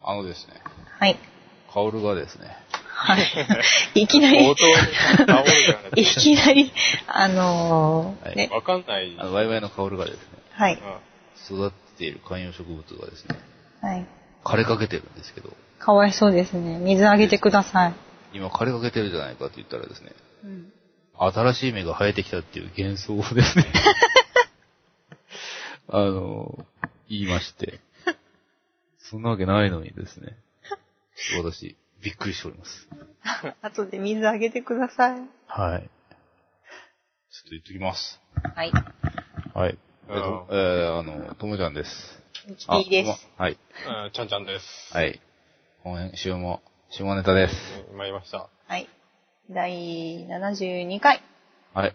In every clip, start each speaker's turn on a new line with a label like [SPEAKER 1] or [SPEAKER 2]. [SPEAKER 1] あのですね、
[SPEAKER 2] はい。
[SPEAKER 1] カオルがですね、
[SPEAKER 2] はい。いきなり
[SPEAKER 3] 冒、頭に煽るよう
[SPEAKER 2] い
[SPEAKER 3] な
[SPEAKER 2] きなり、あのー
[SPEAKER 1] はい
[SPEAKER 2] ね、
[SPEAKER 3] わかんない。
[SPEAKER 1] あのワイワイのカオルがですね、
[SPEAKER 2] はい。
[SPEAKER 1] 育っている観葉植物がですね、
[SPEAKER 2] はい。
[SPEAKER 1] 枯れかけてるんですけど、
[SPEAKER 2] かわいそうですね。水あげてください。
[SPEAKER 1] 今枯れかけてるじゃないかって言ったらですね、
[SPEAKER 2] うん
[SPEAKER 1] 新しい芽が生えてきたっていう幻想をですね、 あの、言いまして、そんなわけないのにですね、私、びっくりしております。
[SPEAKER 2] 後で水あげてください。
[SPEAKER 1] はい。ちょっと言っときます。
[SPEAKER 2] はい。
[SPEAKER 1] はい。え
[SPEAKER 3] う
[SPEAKER 1] っ
[SPEAKER 3] ん
[SPEAKER 1] と、えー、あの、ともちゃんです。
[SPEAKER 2] ミキテ
[SPEAKER 1] あ
[SPEAKER 2] ィです。
[SPEAKER 1] まはい。
[SPEAKER 3] うんうんちゃんちゃんです。
[SPEAKER 1] はい。今週も、下ネタです。
[SPEAKER 3] うん参りました。
[SPEAKER 2] はい。第72回。
[SPEAKER 1] はい。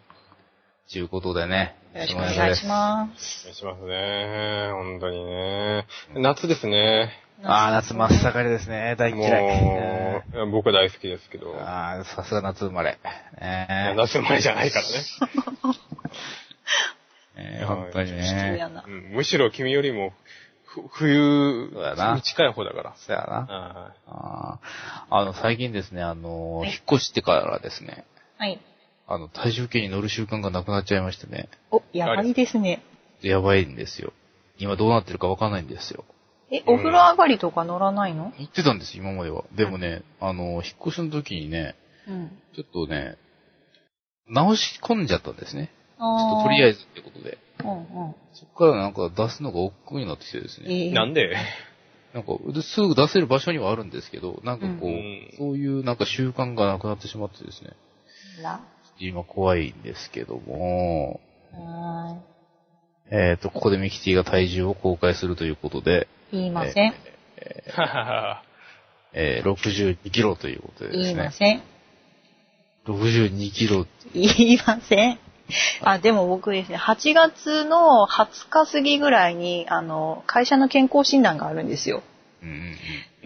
[SPEAKER 1] ちゅうことでね。
[SPEAKER 2] よろしくお願いしま
[SPEAKER 3] お
[SPEAKER 2] す。
[SPEAKER 3] 願いしますね。本当にね。夏ですね。
[SPEAKER 1] すああ、夏真っ盛りですね。大
[SPEAKER 3] も
[SPEAKER 1] 嫌い。
[SPEAKER 3] う、僕大好きですけど。
[SPEAKER 1] ああ、さすが夏生まれ。ね
[SPEAKER 3] 夏生まれじゃないからね。
[SPEAKER 1] ええ本当に
[SPEAKER 2] そう
[SPEAKER 1] ね
[SPEAKER 2] や。な。
[SPEAKER 3] うんむしろ君よりも、ふ冬
[SPEAKER 1] そうだな
[SPEAKER 3] に近い方だから。
[SPEAKER 1] そうやな。
[SPEAKER 3] あ
[SPEAKER 1] あーあの、最近ですね、あの、引っ越してからですね、
[SPEAKER 2] はい。
[SPEAKER 1] あの、体重計に乗る習慣がなくなっちゃいましてね、
[SPEAKER 2] お、やばいですね。
[SPEAKER 1] やばいんですよ。今どうなってるかわかんないんですよ。
[SPEAKER 2] え、お風呂上がりとか乗らないの
[SPEAKER 1] 言ってたんです、今までは。でもね、あの、引っ越しの時にね、
[SPEAKER 2] うん。
[SPEAKER 1] ちょっとね、直し込んじゃったんですね。ちょっととりあ
[SPEAKER 2] え
[SPEAKER 1] えずってことで。
[SPEAKER 2] ず。うんうん。
[SPEAKER 1] そこからなんか出すのが億劫になってきてですね。
[SPEAKER 2] え
[SPEAKER 3] あ
[SPEAKER 2] ー
[SPEAKER 3] な んで
[SPEAKER 1] なんか、ですぐ出せる場所にはあるんですけど、なんかこう、
[SPEAKER 3] うん
[SPEAKER 1] そういうなんか習慣がなくなってしまってですね。
[SPEAKER 2] ら
[SPEAKER 1] 今怖いんですけども、
[SPEAKER 2] は
[SPEAKER 1] えっ、と、ここでミキティが体重を公開するということで、
[SPEAKER 2] ーい。言いません。
[SPEAKER 1] えー62キロということでで
[SPEAKER 2] 言
[SPEAKER 1] す
[SPEAKER 2] い
[SPEAKER 1] ね
[SPEAKER 2] ま。せん。
[SPEAKER 1] 62キロ、
[SPEAKER 2] 言いません。あ、でも僕ですね、8月の20日過ぎぐらいに、あの、会社の健康診断があるんですよ。
[SPEAKER 1] うんうんうん、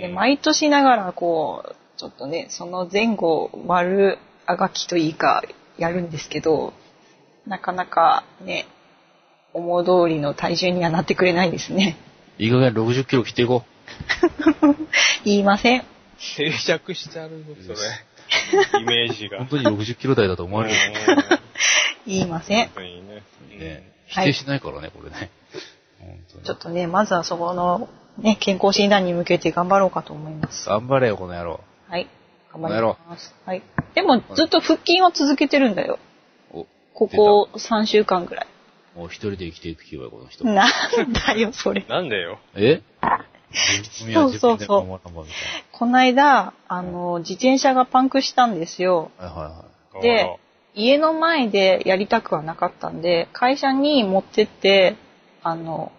[SPEAKER 2] で、
[SPEAKER 3] うん
[SPEAKER 2] 毎年ながら、こう、ちょっとね、その前後、丸あがきといいか、やるんですけど、なかなかね、思う通りの体重にはなってくれないですね。
[SPEAKER 1] いい加減60キロ切っていこ
[SPEAKER 2] 言いません。
[SPEAKER 3] 定着してあるのそれ。イメージ
[SPEAKER 1] う。
[SPEAKER 3] が
[SPEAKER 1] 本。当に60キロ台だと思われる。
[SPEAKER 2] 言いません
[SPEAKER 3] 本。当にね。
[SPEAKER 1] ね、否
[SPEAKER 2] はい
[SPEAKER 1] 定しないからね、これね。本当に
[SPEAKER 2] ちょっとね、まずはそこの、ね、健康診断に向けて頑張ろうかと思います。
[SPEAKER 1] 頑張れよ、この野郎。
[SPEAKER 2] はい。頑
[SPEAKER 1] 頑張ろ
[SPEAKER 2] 張ります。はい。でも、ずっと腹筋を続けてるんだよ。
[SPEAKER 1] お、
[SPEAKER 2] ここ3週間ぐらい。
[SPEAKER 1] もう一人で生きていく気はこの人。
[SPEAKER 2] なんだよ、それ。
[SPEAKER 3] なんでよ。
[SPEAKER 1] え
[SPEAKER 2] そうそうそう
[SPEAKER 1] う。自分みたい
[SPEAKER 2] こないだ、あの、自転車がパンクしたんですよ。
[SPEAKER 1] なはいはいは
[SPEAKER 2] で家の前でやりたくはなかったんで、会社に持ってって、あの、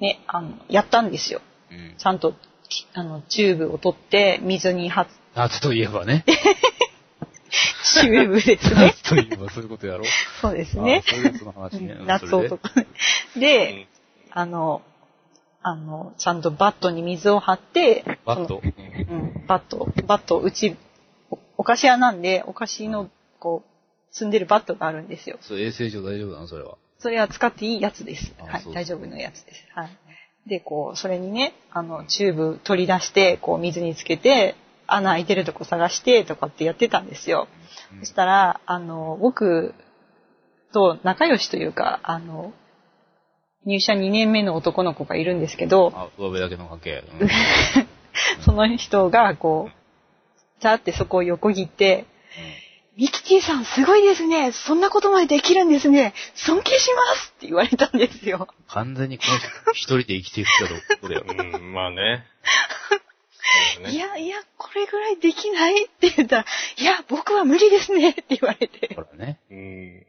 [SPEAKER 2] ね、あの、やったんですよ。
[SPEAKER 1] い。うん
[SPEAKER 2] ち。ゃんと、きあの、チューブを取って、水には、
[SPEAKER 1] 夏といえば ね。
[SPEAKER 2] チューブです ね。
[SPEAKER 1] 夏といえばそういうことやろ。
[SPEAKER 2] そうです ね。
[SPEAKER 1] あそういうことの話ね。
[SPEAKER 2] 夏
[SPEAKER 1] それで
[SPEAKER 2] 男。で、
[SPEAKER 3] うん
[SPEAKER 2] あの、あの、ちゃんとバットに水を張って、
[SPEAKER 1] バット。
[SPEAKER 2] その、うん、バット、バット、うち、おお菓子屋なんで、お菓子の、こう、積んでるバットがあるんですよ。
[SPEAKER 1] そう、衛生上大丈夫なのそれは。
[SPEAKER 2] それは使っていいやつです。
[SPEAKER 1] あ
[SPEAKER 2] はい
[SPEAKER 1] そうそう、
[SPEAKER 2] 大丈夫のやつです。はい。で、こう、それにね、あの、チューブ取り出して、こう、水につけて、穴開いてるとこ探して、とかってやってたんですよ。そしたら、あの、僕と仲良しというか、あの、入社2年目の男の子がいるんですけど、
[SPEAKER 1] あ、上辺だけの関係。 うん
[SPEAKER 2] その人が、こう、ちゃーってそこを横切って、ミキティさんすごいですね。そんなことまでできるんですね。尊敬しますって言われたんですよ。
[SPEAKER 1] 完全にこの人、一人で生きていく気だと、これやろ。
[SPEAKER 3] うん、まあね。そう だ
[SPEAKER 2] い
[SPEAKER 3] ね
[SPEAKER 2] や、いや、これぐらいできないって言ったら、いや、僕は無理ですねって言われて。
[SPEAKER 1] ほらね。
[SPEAKER 3] うん。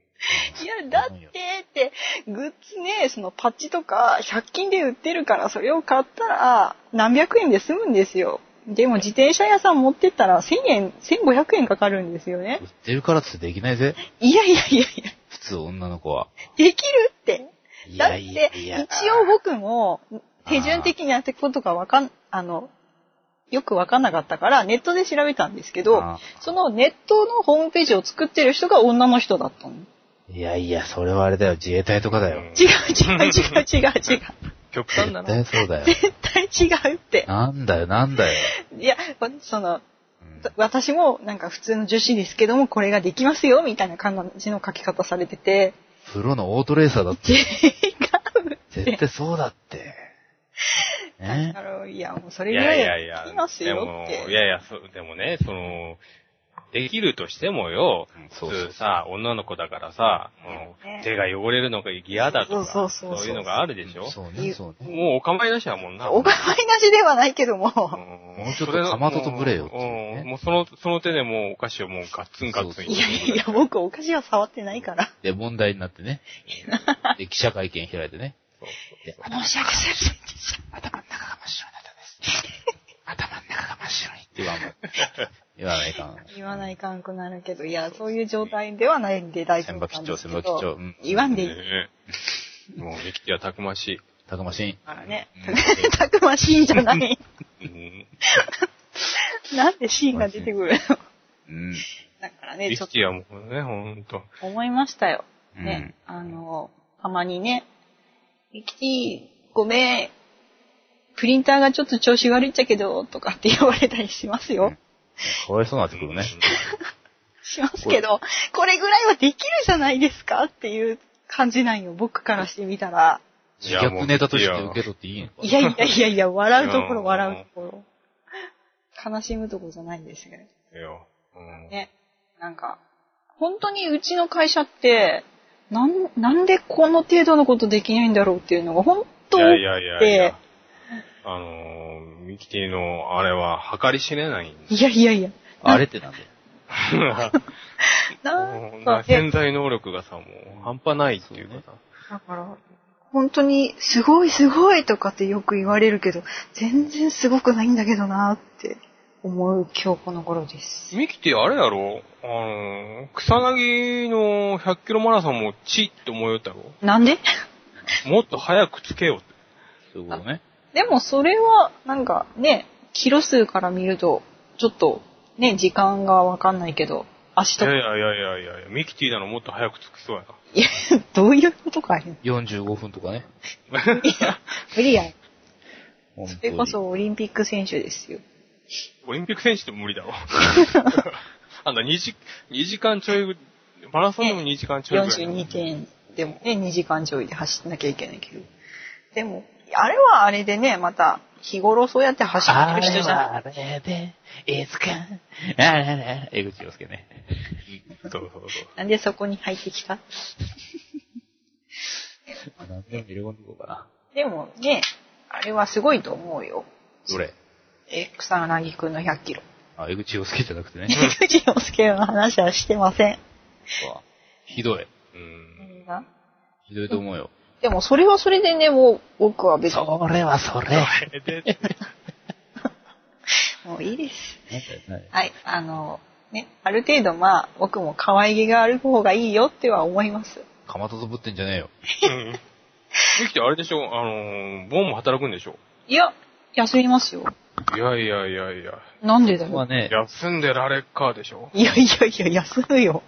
[SPEAKER 2] いや、だってって、グッズね、そのパッチとか100均で売ってるから、それを買ったら何百円で済むんですよ。でも自転車屋さん持ってったら1000円、1500円かかるんですよね
[SPEAKER 1] 売。ってるからってできないぜ。
[SPEAKER 2] いやいやいやいや、
[SPEAKER 1] 普通女の子は。
[SPEAKER 2] できるって。
[SPEAKER 1] い
[SPEAKER 2] だっ
[SPEAKER 1] や
[SPEAKER 2] て
[SPEAKER 1] いやいや。
[SPEAKER 2] 一応僕も手順的にやっていくことがわかんあのよくわかんなかったからネットで調べたんですけど
[SPEAKER 1] あ
[SPEAKER 2] そのネットのホームページを作ってる人が女の人だったの違う
[SPEAKER 1] いやいや、それはあれだよ。自衛隊とかだよ。
[SPEAKER 2] 違う違う違う違う
[SPEAKER 3] 極端
[SPEAKER 1] 絶
[SPEAKER 3] だな。
[SPEAKER 1] 対そう だよ。
[SPEAKER 2] 絶対違うって。
[SPEAKER 1] なんだよ、なんだよ。
[SPEAKER 2] いや、その、
[SPEAKER 1] うん
[SPEAKER 2] 私もなんか普通の女子ですけども、これができますよ、みたいな感じの書き方されてて、
[SPEAKER 1] プロのオートレーサーだって。
[SPEAKER 2] 違う
[SPEAKER 1] 絶対そうだ って。
[SPEAKER 2] だ
[SPEAKER 1] ね
[SPEAKER 2] か。らいや、もうそ
[SPEAKER 3] い
[SPEAKER 2] れぐ
[SPEAKER 3] や
[SPEAKER 2] ら
[SPEAKER 3] いやいや。
[SPEAKER 2] いできますよっ
[SPEAKER 3] でもい
[SPEAKER 2] て。
[SPEAKER 3] やいや、そう、でもね、その、できるとしてもよ、
[SPEAKER 1] うんそうそう
[SPEAKER 3] 普通さ、女の子だからさ、その手が汚れるのが嫌だとか、
[SPEAKER 2] そうそうそうそう
[SPEAKER 3] いうのがあるでしょ
[SPEAKER 1] そうね、そうね。
[SPEAKER 3] もうお構いなしだもんな。
[SPEAKER 2] お構いなしではないけども、
[SPEAKER 3] も
[SPEAKER 1] もうちょっとかまととぶれよっていうね
[SPEAKER 3] もうその、その手でもうお菓子をもうガッツンガッツン
[SPEAKER 1] そう
[SPEAKER 2] いやいやいや、僕お菓子は触ってないから。
[SPEAKER 1] で、問題になって ね。で、記者会見開いてね。で頭
[SPEAKER 2] 申し訳ございませんでし
[SPEAKER 1] 頭の中が真っ白にな ったんです。頭の中が真っ白いって言わんもん。言わないか ん。
[SPEAKER 2] た。言わないかんくなるけど、いや、そういう状態ではないんで大丈
[SPEAKER 1] 先
[SPEAKER 2] 夫
[SPEAKER 1] 場吉
[SPEAKER 2] なんで
[SPEAKER 1] 兆、
[SPEAKER 2] す
[SPEAKER 1] 先
[SPEAKER 2] け
[SPEAKER 1] 場
[SPEAKER 2] ど
[SPEAKER 1] 吉兆。うん。
[SPEAKER 2] 言わんでいい
[SPEAKER 3] ねえもう、ミキティはたくましい。
[SPEAKER 1] たくましい。
[SPEAKER 2] からね
[SPEAKER 1] うん。
[SPEAKER 2] たくましいんじゃない。
[SPEAKER 3] うん
[SPEAKER 2] なんでシーンが出てくるの
[SPEAKER 1] うん。
[SPEAKER 2] だから
[SPEAKER 3] ミ
[SPEAKER 2] ね、ちょっ
[SPEAKER 3] キティはもうね、ほんと。
[SPEAKER 2] と思いましたよ。ね、あの、たまにね、ミキティ、ごめん、プリンターがちょっと調子悪いっちゃけど、とかって言われたりします
[SPEAKER 1] う
[SPEAKER 2] よ。
[SPEAKER 1] んかわいそうになってくるね。
[SPEAKER 2] しますけど、これぐらいはできるじゃないですかっていう感じなんよ、僕からしてみたら。
[SPEAKER 1] 自虐ネタとして受け取っていいのか
[SPEAKER 2] いやいやいやいや、笑うところ笑うところ。悲しむところじゃないんですね。
[SPEAKER 3] いや、うん
[SPEAKER 2] ね。なんか、本当にうちの会社って、なん、なんでこの程度のことできないんだろうっていうのが本当
[SPEAKER 3] い
[SPEAKER 2] 多
[SPEAKER 3] や
[SPEAKER 2] く
[SPEAKER 3] いやいやい
[SPEAKER 2] て
[SPEAKER 3] や、。あのー、ミキティのあれは計り知れないん です。
[SPEAKER 2] いやいやいや、
[SPEAKER 1] あれってなんだよ。
[SPEAKER 2] なん
[SPEAKER 3] も
[SPEAKER 2] か
[SPEAKER 3] う
[SPEAKER 2] ね、
[SPEAKER 3] 潜在能力がさ、もう半端ないっていうかさ。
[SPEAKER 2] だから、本当にすごいすごいとかってよく言われるけど、全然すごくないんだけどなって思う今日この頃です。
[SPEAKER 3] ミキティあれやろあのー、草薙の100キロマラソンもチッって思いよったろ
[SPEAKER 2] なんで
[SPEAKER 3] もっと早くつけよって。
[SPEAKER 1] そういうことね。
[SPEAKER 2] でもそれは、なんかね、キロ数から見ると、ちょっと、ね、時間がわかんないけど、足
[SPEAKER 3] い
[SPEAKER 2] と
[SPEAKER 3] やい
[SPEAKER 2] か、
[SPEAKER 3] やいやいやいや、ミキティなのもっと早くつきそうやな。
[SPEAKER 2] どういうことかある
[SPEAKER 1] 45分とかね。
[SPEAKER 2] 無理やん。
[SPEAKER 1] 本当に
[SPEAKER 2] それこそオリンピック選手ですよ。
[SPEAKER 3] オリンピック選手って無理 だろ。あんな2時、2時間ちょい、マラソンでも2時間ちょいぐらい。
[SPEAKER 2] 42点でもね、2時間上位で走んなきゃいけないけど。でも、あれはあれでね、また、日頃そうやって走
[SPEAKER 1] あ
[SPEAKER 2] ってる人じゃない。
[SPEAKER 1] あれで、いつか、あれれ、江口洋介ね。
[SPEAKER 3] そうそうそう。
[SPEAKER 2] なんでそこに入ってきた
[SPEAKER 1] 何でも入れ込んでいこうかな。
[SPEAKER 2] でもね、あれはすごいと思うよ。
[SPEAKER 1] どれ
[SPEAKER 2] え、草薙くんの100キロ。
[SPEAKER 1] あ、江口洋介じゃなくてね。
[SPEAKER 2] 江口洋介の話はしてません。
[SPEAKER 1] うわひどい。
[SPEAKER 3] うん。
[SPEAKER 1] ひどいと思うよ。
[SPEAKER 2] でもそれはそれでね、もう僕は別に、
[SPEAKER 1] それはそれ。
[SPEAKER 3] で、
[SPEAKER 2] もういいです。
[SPEAKER 1] はい
[SPEAKER 2] はい、あの、ね、ある程度まあ、僕も可愛げがある方がいいよっては思います。
[SPEAKER 1] かまととぶってんじゃねえよ。
[SPEAKER 3] うん。ミキティあれでしょあのー、ボンも働くんでしょ
[SPEAKER 2] いや、休みますよ。
[SPEAKER 3] いやいやいやいや。
[SPEAKER 2] なんでだ
[SPEAKER 1] ま
[SPEAKER 2] ろ
[SPEAKER 1] あ
[SPEAKER 2] う。
[SPEAKER 1] ね、
[SPEAKER 3] 休んでられっかでしょ
[SPEAKER 2] いやいやいや、休むよ。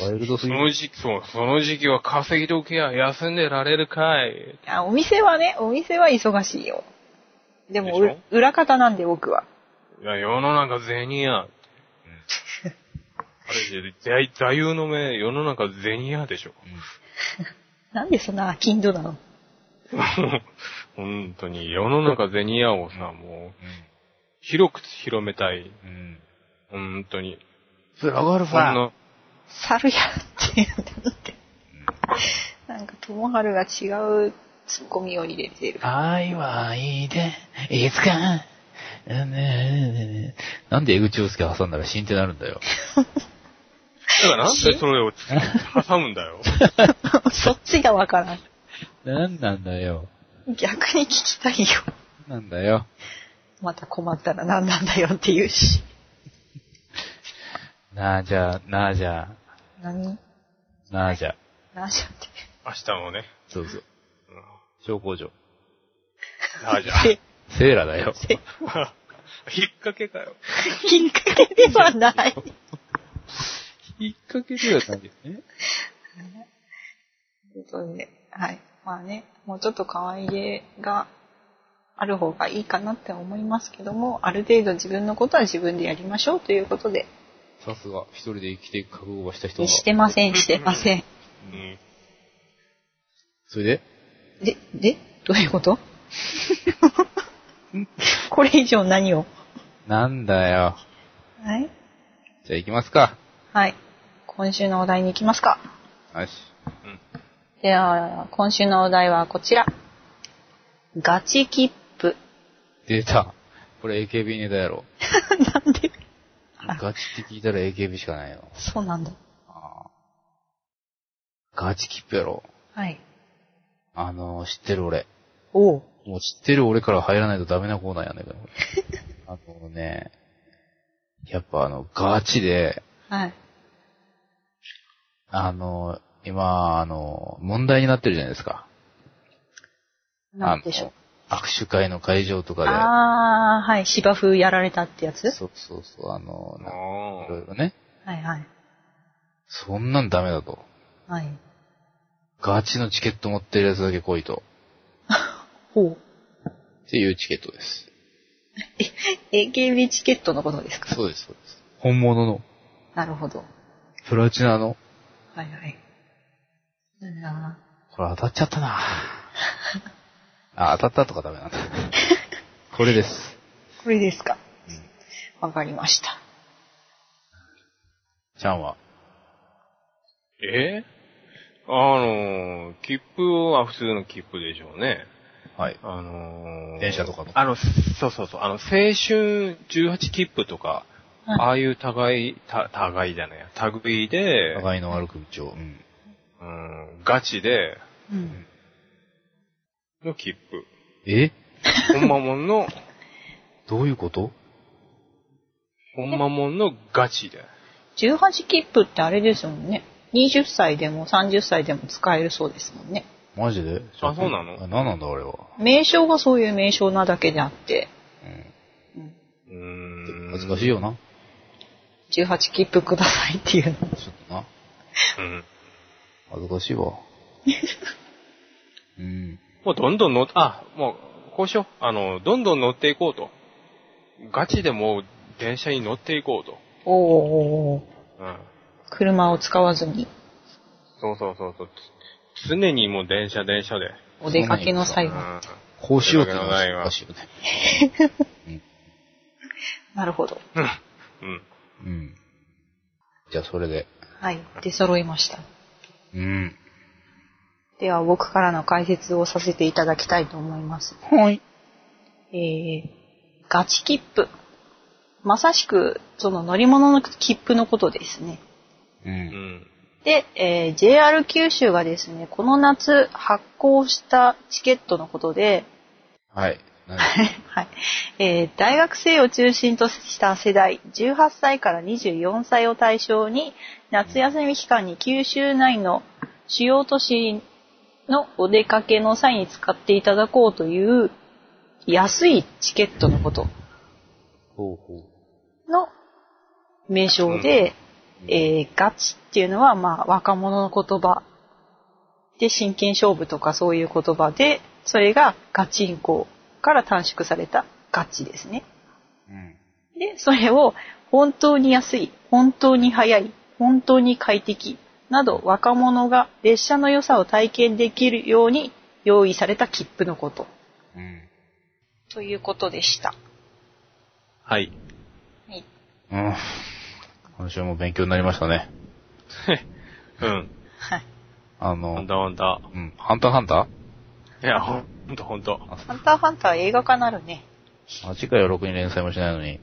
[SPEAKER 1] ワイルドす
[SPEAKER 3] そ
[SPEAKER 1] ぎ
[SPEAKER 3] の
[SPEAKER 1] る。
[SPEAKER 3] 時期、そう、その時期は稼ぎとけや、休んでられるかい。
[SPEAKER 2] いやお店はね、お店は忙しいよ。でも、
[SPEAKER 3] でしょ
[SPEAKER 2] う裏方なんで僕は。
[SPEAKER 3] いや、世の中銭や。 あれ、座座右の銘、世の中銭やでしょ。
[SPEAKER 2] なんでそんな金度なの
[SPEAKER 3] 本当に、世の中銭やをさ、もう、広く広めたい。
[SPEAKER 1] うん。うん。
[SPEAKER 3] 本当に。
[SPEAKER 1] プロゴル
[SPEAKER 3] そんな、
[SPEAKER 2] 猿やっていうのだって。なんか、ともはるが違うツッコミを入れてる。
[SPEAKER 1] 愛はいいで、いつか、なんで江口洋介挟んだら死んってなるんだよ。
[SPEAKER 3] だから なんでそれをつ挟むん だよ。
[SPEAKER 2] そっちがわからん。
[SPEAKER 1] なんなんだよ。
[SPEAKER 2] 逆に聞きたいよ。
[SPEAKER 1] なんだよ。
[SPEAKER 2] また困ったら何なんだよって言うし。
[SPEAKER 1] なあじゃあ、なあじゃあ、
[SPEAKER 2] 何
[SPEAKER 1] なあじゃあ。
[SPEAKER 2] 何じゃって。
[SPEAKER 3] 明日の ね。
[SPEAKER 1] そうそう。小工場。
[SPEAKER 3] ああ、じゃあ。
[SPEAKER 2] で
[SPEAKER 1] セーラだよ。
[SPEAKER 3] 引っ掛けかよ。
[SPEAKER 2] 引っ掛けではない。
[SPEAKER 1] 引っ掛けではないですね。
[SPEAKER 2] ということで、はい。まあね、もうちょっと可愛げがある方がいいかなって思いますけども、ある程度自分のことは自分でやりましょうということで、
[SPEAKER 1] さすが、一人で生きていく覚悟がした人が。
[SPEAKER 2] してません、してません。
[SPEAKER 3] うん。
[SPEAKER 1] それで
[SPEAKER 2] で、でどういうこと これ以上何を
[SPEAKER 1] なんだよ。
[SPEAKER 2] はい。
[SPEAKER 1] じゃあ行きますか。
[SPEAKER 2] はい。今週のお題に行きますか。
[SPEAKER 1] よし。
[SPEAKER 3] うん。
[SPEAKER 2] では、今週のお題はこちら。ガチ切符。
[SPEAKER 1] 出た。これ AKB ネタやろ。
[SPEAKER 2] なんで
[SPEAKER 1] ガチって聞いたら AKB しかないよ。
[SPEAKER 2] そうなんだ。
[SPEAKER 1] あーガチ切符やろ。
[SPEAKER 2] はい。
[SPEAKER 1] あのー、知ってる俺。
[SPEAKER 2] おう。
[SPEAKER 1] もう知ってる俺から入らないとダメなコーナーやね んけど。あのね、やっぱあの、ガチで、
[SPEAKER 2] はい。
[SPEAKER 1] あの、今、あの、問題になってるじゃないですか。
[SPEAKER 2] なんでしょう。
[SPEAKER 1] あの握手会の会場とか
[SPEAKER 2] ああ、はい。芝生やられたってやつ
[SPEAKER 1] で。そうそうそう、あの、なんか
[SPEAKER 3] あ
[SPEAKER 1] いろいろね。
[SPEAKER 2] はいはい。
[SPEAKER 1] そんなんダメだと。
[SPEAKER 2] はい。
[SPEAKER 1] ガチのチケット持ってるやつだけ来いと。
[SPEAKER 2] ほう。
[SPEAKER 1] っていうチケットです。
[SPEAKER 2] AKB チケットのことですか
[SPEAKER 1] そうです、そうです。本物の、
[SPEAKER 2] なるほど。
[SPEAKER 1] プラチナの、
[SPEAKER 2] はいはい。うんな
[SPEAKER 1] これ当たっちゃったな あ、当たったとかダメなんだ。これです。
[SPEAKER 2] これですか。わかりました。
[SPEAKER 1] ちゃんは。
[SPEAKER 3] ーえあのー、切符は普通の切符でしょうね。
[SPEAKER 1] はい。
[SPEAKER 3] あのー、
[SPEAKER 1] 電車とかの
[SPEAKER 3] あの、そうそうそう、あの、青春18切符とか、
[SPEAKER 2] はい
[SPEAKER 3] ああいう互い、た、互いじゃない、類で、
[SPEAKER 1] 互いの悪口を。うん。
[SPEAKER 3] うん、ガチで、
[SPEAKER 2] うん。
[SPEAKER 3] の切符。
[SPEAKER 1] え
[SPEAKER 3] ほんまもんの、
[SPEAKER 1] どういうこと
[SPEAKER 3] ほんまもんのガチ で。
[SPEAKER 2] 18切符ってあれですもんね。20歳でも30歳でも使えるそうですもんね。
[SPEAKER 1] マジで
[SPEAKER 3] あそうなの
[SPEAKER 1] あ何なんだ、あれは。
[SPEAKER 2] 名称がそういう名称なだけであって、
[SPEAKER 3] うーん。
[SPEAKER 1] 難しいよな。
[SPEAKER 2] 18切符くださいっていうの。
[SPEAKER 1] ちょっとな。
[SPEAKER 3] うん。
[SPEAKER 1] 恥ずかしいわ。うん。
[SPEAKER 3] もうどんどん乗っ、あ、もう、こうしよう。あの、どんどん乗っていこうと。ガチでもう電車に乗っていこうと。
[SPEAKER 2] おおー
[SPEAKER 3] うん。
[SPEAKER 2] 車を使わずに、
[SPEAKER 3] そうそうそうそう。つ常にもう電車電車で。
[SPEAKER 2] お出かけの際
[SPEAKER 3] う
[SPEAKER 2] は。
[SPEAKER 3] ん。
[SPEAKER 1] こうしようってのが難しいよね。
[SPEAKER 2] なるほど。
[SPEAKER 3] うん。
[SPEAKER 1] うん。じゃあ、それで。
[SPEAKER 2] はい。出揃いました。
[SPEAKER 1] うん。
[SPEAKER 2] では僕からの解説をさせていただきたいと思います。
[SPEAKER 1] はい。
[SPEAKER 2] えー、ガチ切符。まさしく、その乗り物の切符のことですね。
[SPEAKER 1] う。
[SPEAKER 3] うんん。
[SPEAKER 2] で、えー JR 九州がですね、この夏発行したチケットのことで、
[SPEAKER 1] はい。何
[SPEAKER 2] はいえー大学生を中心とした世代18歳から24歳を対象に夏休み期間に九州内の主要都市のお出かけの際に使っていただこうという安いチケットのこと
[SPEAKER 1] ほうほ
[SPEAKER 2] の名称で、えーガチっていうのは、まあ、若者の言葉で真剣勝負とかそういう言葉でそれがガチンコから短縮されたガチですね。
[SPEAKER 1] う。うん。
[SPEAKER 2] でそれを本当に安い本当に早い本当に快適など若者が列車の良さを体験できるように用意された切符のこと
[SPEAKER 1] うん。
[SPEAKER 2] ということでした。
[SPEAKER 3] はい。
[SPEAKER 2] はい
[SPEAKER 1] うん。今週も勉強になりましたね。
[SPEAKER 3] うん。
[SPEAKER 2] はい
[SPEAKER 1] あ
[SPEAKER 3] ほ
[SPEAKER 1] の
[SPEAKER 3] ん、だほんだ。
[SPEAKER 1] うん。ハンターハンタ
[SPEAKER 3] いや、ほんとほんと。
[SPEAKER 2] ハンターハンター映画化なるね。
[SPEAKER 1] ーマジかよ、ろくに連載もしないのに。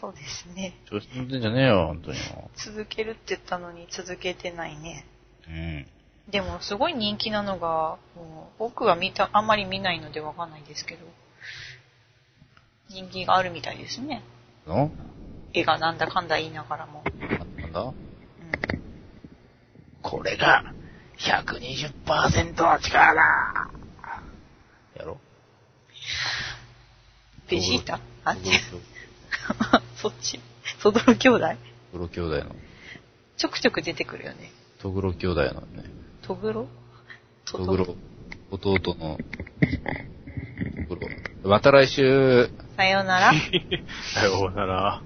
[SPEAKER 2] そうですね。
[SPEAKER 1] 調子乗ってんじゃねえよ、本当にも
[SPEAKER 2] 続けるって言ったのに続けてないね。
[SPEAKER 1] う。うん。
[SPEAKER 2] でもすごい人気なのが、もう僕は見た、あんまり見ないのでわかんないですけど、人気があるみたいですね。
[SPEAKER 1] の
[SPEAKER 2] 絵がなんだかんだ言いながらも。
[SPEAKER 1] なんだ
[SPEAKER 2] うん
[SPEAKER 1] これが120%の力だやろ
[SPEAKER 2] ベジータあ、違う
[SPEAKER 1] ド。
[SPEAKER 2] そっち。ソドロ兄弟
[SPEAKER 1] グロ兄弟の。
[SPEAKER 2] ちょくちょく出てくるよね。
[SPEAKER 1] トグロ兄弟のね。
[SPEAKER 2] とぐろ
[SPEAKER 1] トグロ、弟の、トグロ。また来週、
[SPEAKER 2] さようなら。
[SPEAKER 3] さようなら。